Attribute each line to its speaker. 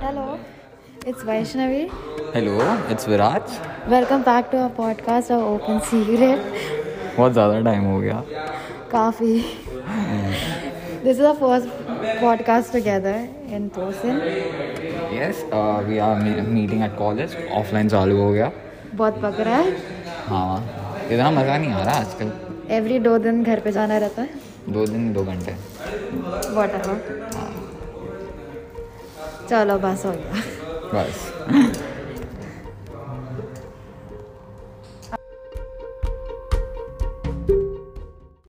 Speaker 1: Hello, it's Vaishnavi.
Speaker 2: Hello, it's Viraj.
Speaker 1: Welcome back to our podcast of Open Secret.
Speaker 2: बहुत ज़्यादा time हो गया
Speaker 1: Coffee. this is our first podcast together in person.
Speaker 2: Yes we are meeting at college offline चालू हो गया
Speaker 1: बहुत पक रहा है
Speaker 2: हाँ इतना मज़ा नहीं आ रहा आजकल
Speaker 1: एवरी दो दिन घर पे जाना रहता है
Speaker 2: दो दिन दो घंटे
Speaker 1: वॉट चलो बस हो गया
Speaker 2: बस